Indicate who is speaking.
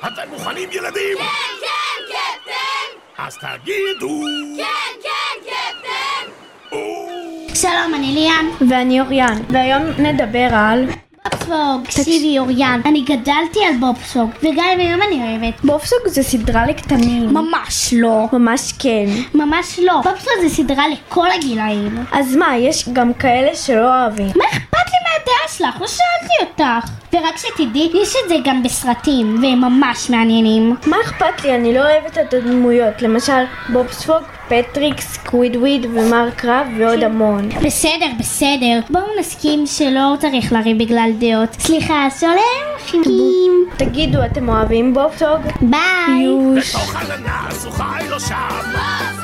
Speaker 1: אתם מוכנים, ילדים?
Speaker 2: כן, כן, קפטן!
Speaker 1: אז תגידו...
Speaker 2: כן, כן, קפטן!
Speaker 1: או,
Speaker 3: שלום, אני ליאן.
Speaker 4: ואני אוריאן, והיום נדבר על...
Speaker 3: בובספוג. תקשיבי, אוריאן, אני גדלתי על בובספוג, וגם היום אני אוהבת.
Speaker 4: בופסוג זה סדרה לקטנים.
Speaker 3: ממש לא.
Speaker 4: ממש כן.
Speaker 3: ממש לא. בובספוג זה סדרה לכל הגילאים.
Speaker 4: אז מה, יש גם כאלה שלא אוהבים.
Speaker 3: מה אכפת לי מהדעה שלך? לא שאלתי אותך. ורק שתדעי, יש את זה גם בסרטים, והם ממש מעניינים.
Speaker 4: מה אכפת לי? אני לא אוהבת את הדמויות. למשל, בובספוג, פטריקס, קווידוויד ומר קרב ועוד המון.
Speaker 3: בסדר, בסדר. בואו נסכים שלא צריך לריב בגלל דעות. סליחה, שלום, חיבוקים.
Speaker 4: תגידו, אתם אוהבים בובסוג?
Speaker 3: ביי.
Speaker 4: יוש.
Speaker 1: בתוך הננה, זוכה אלו שם.
Speaker 2: בוס כן,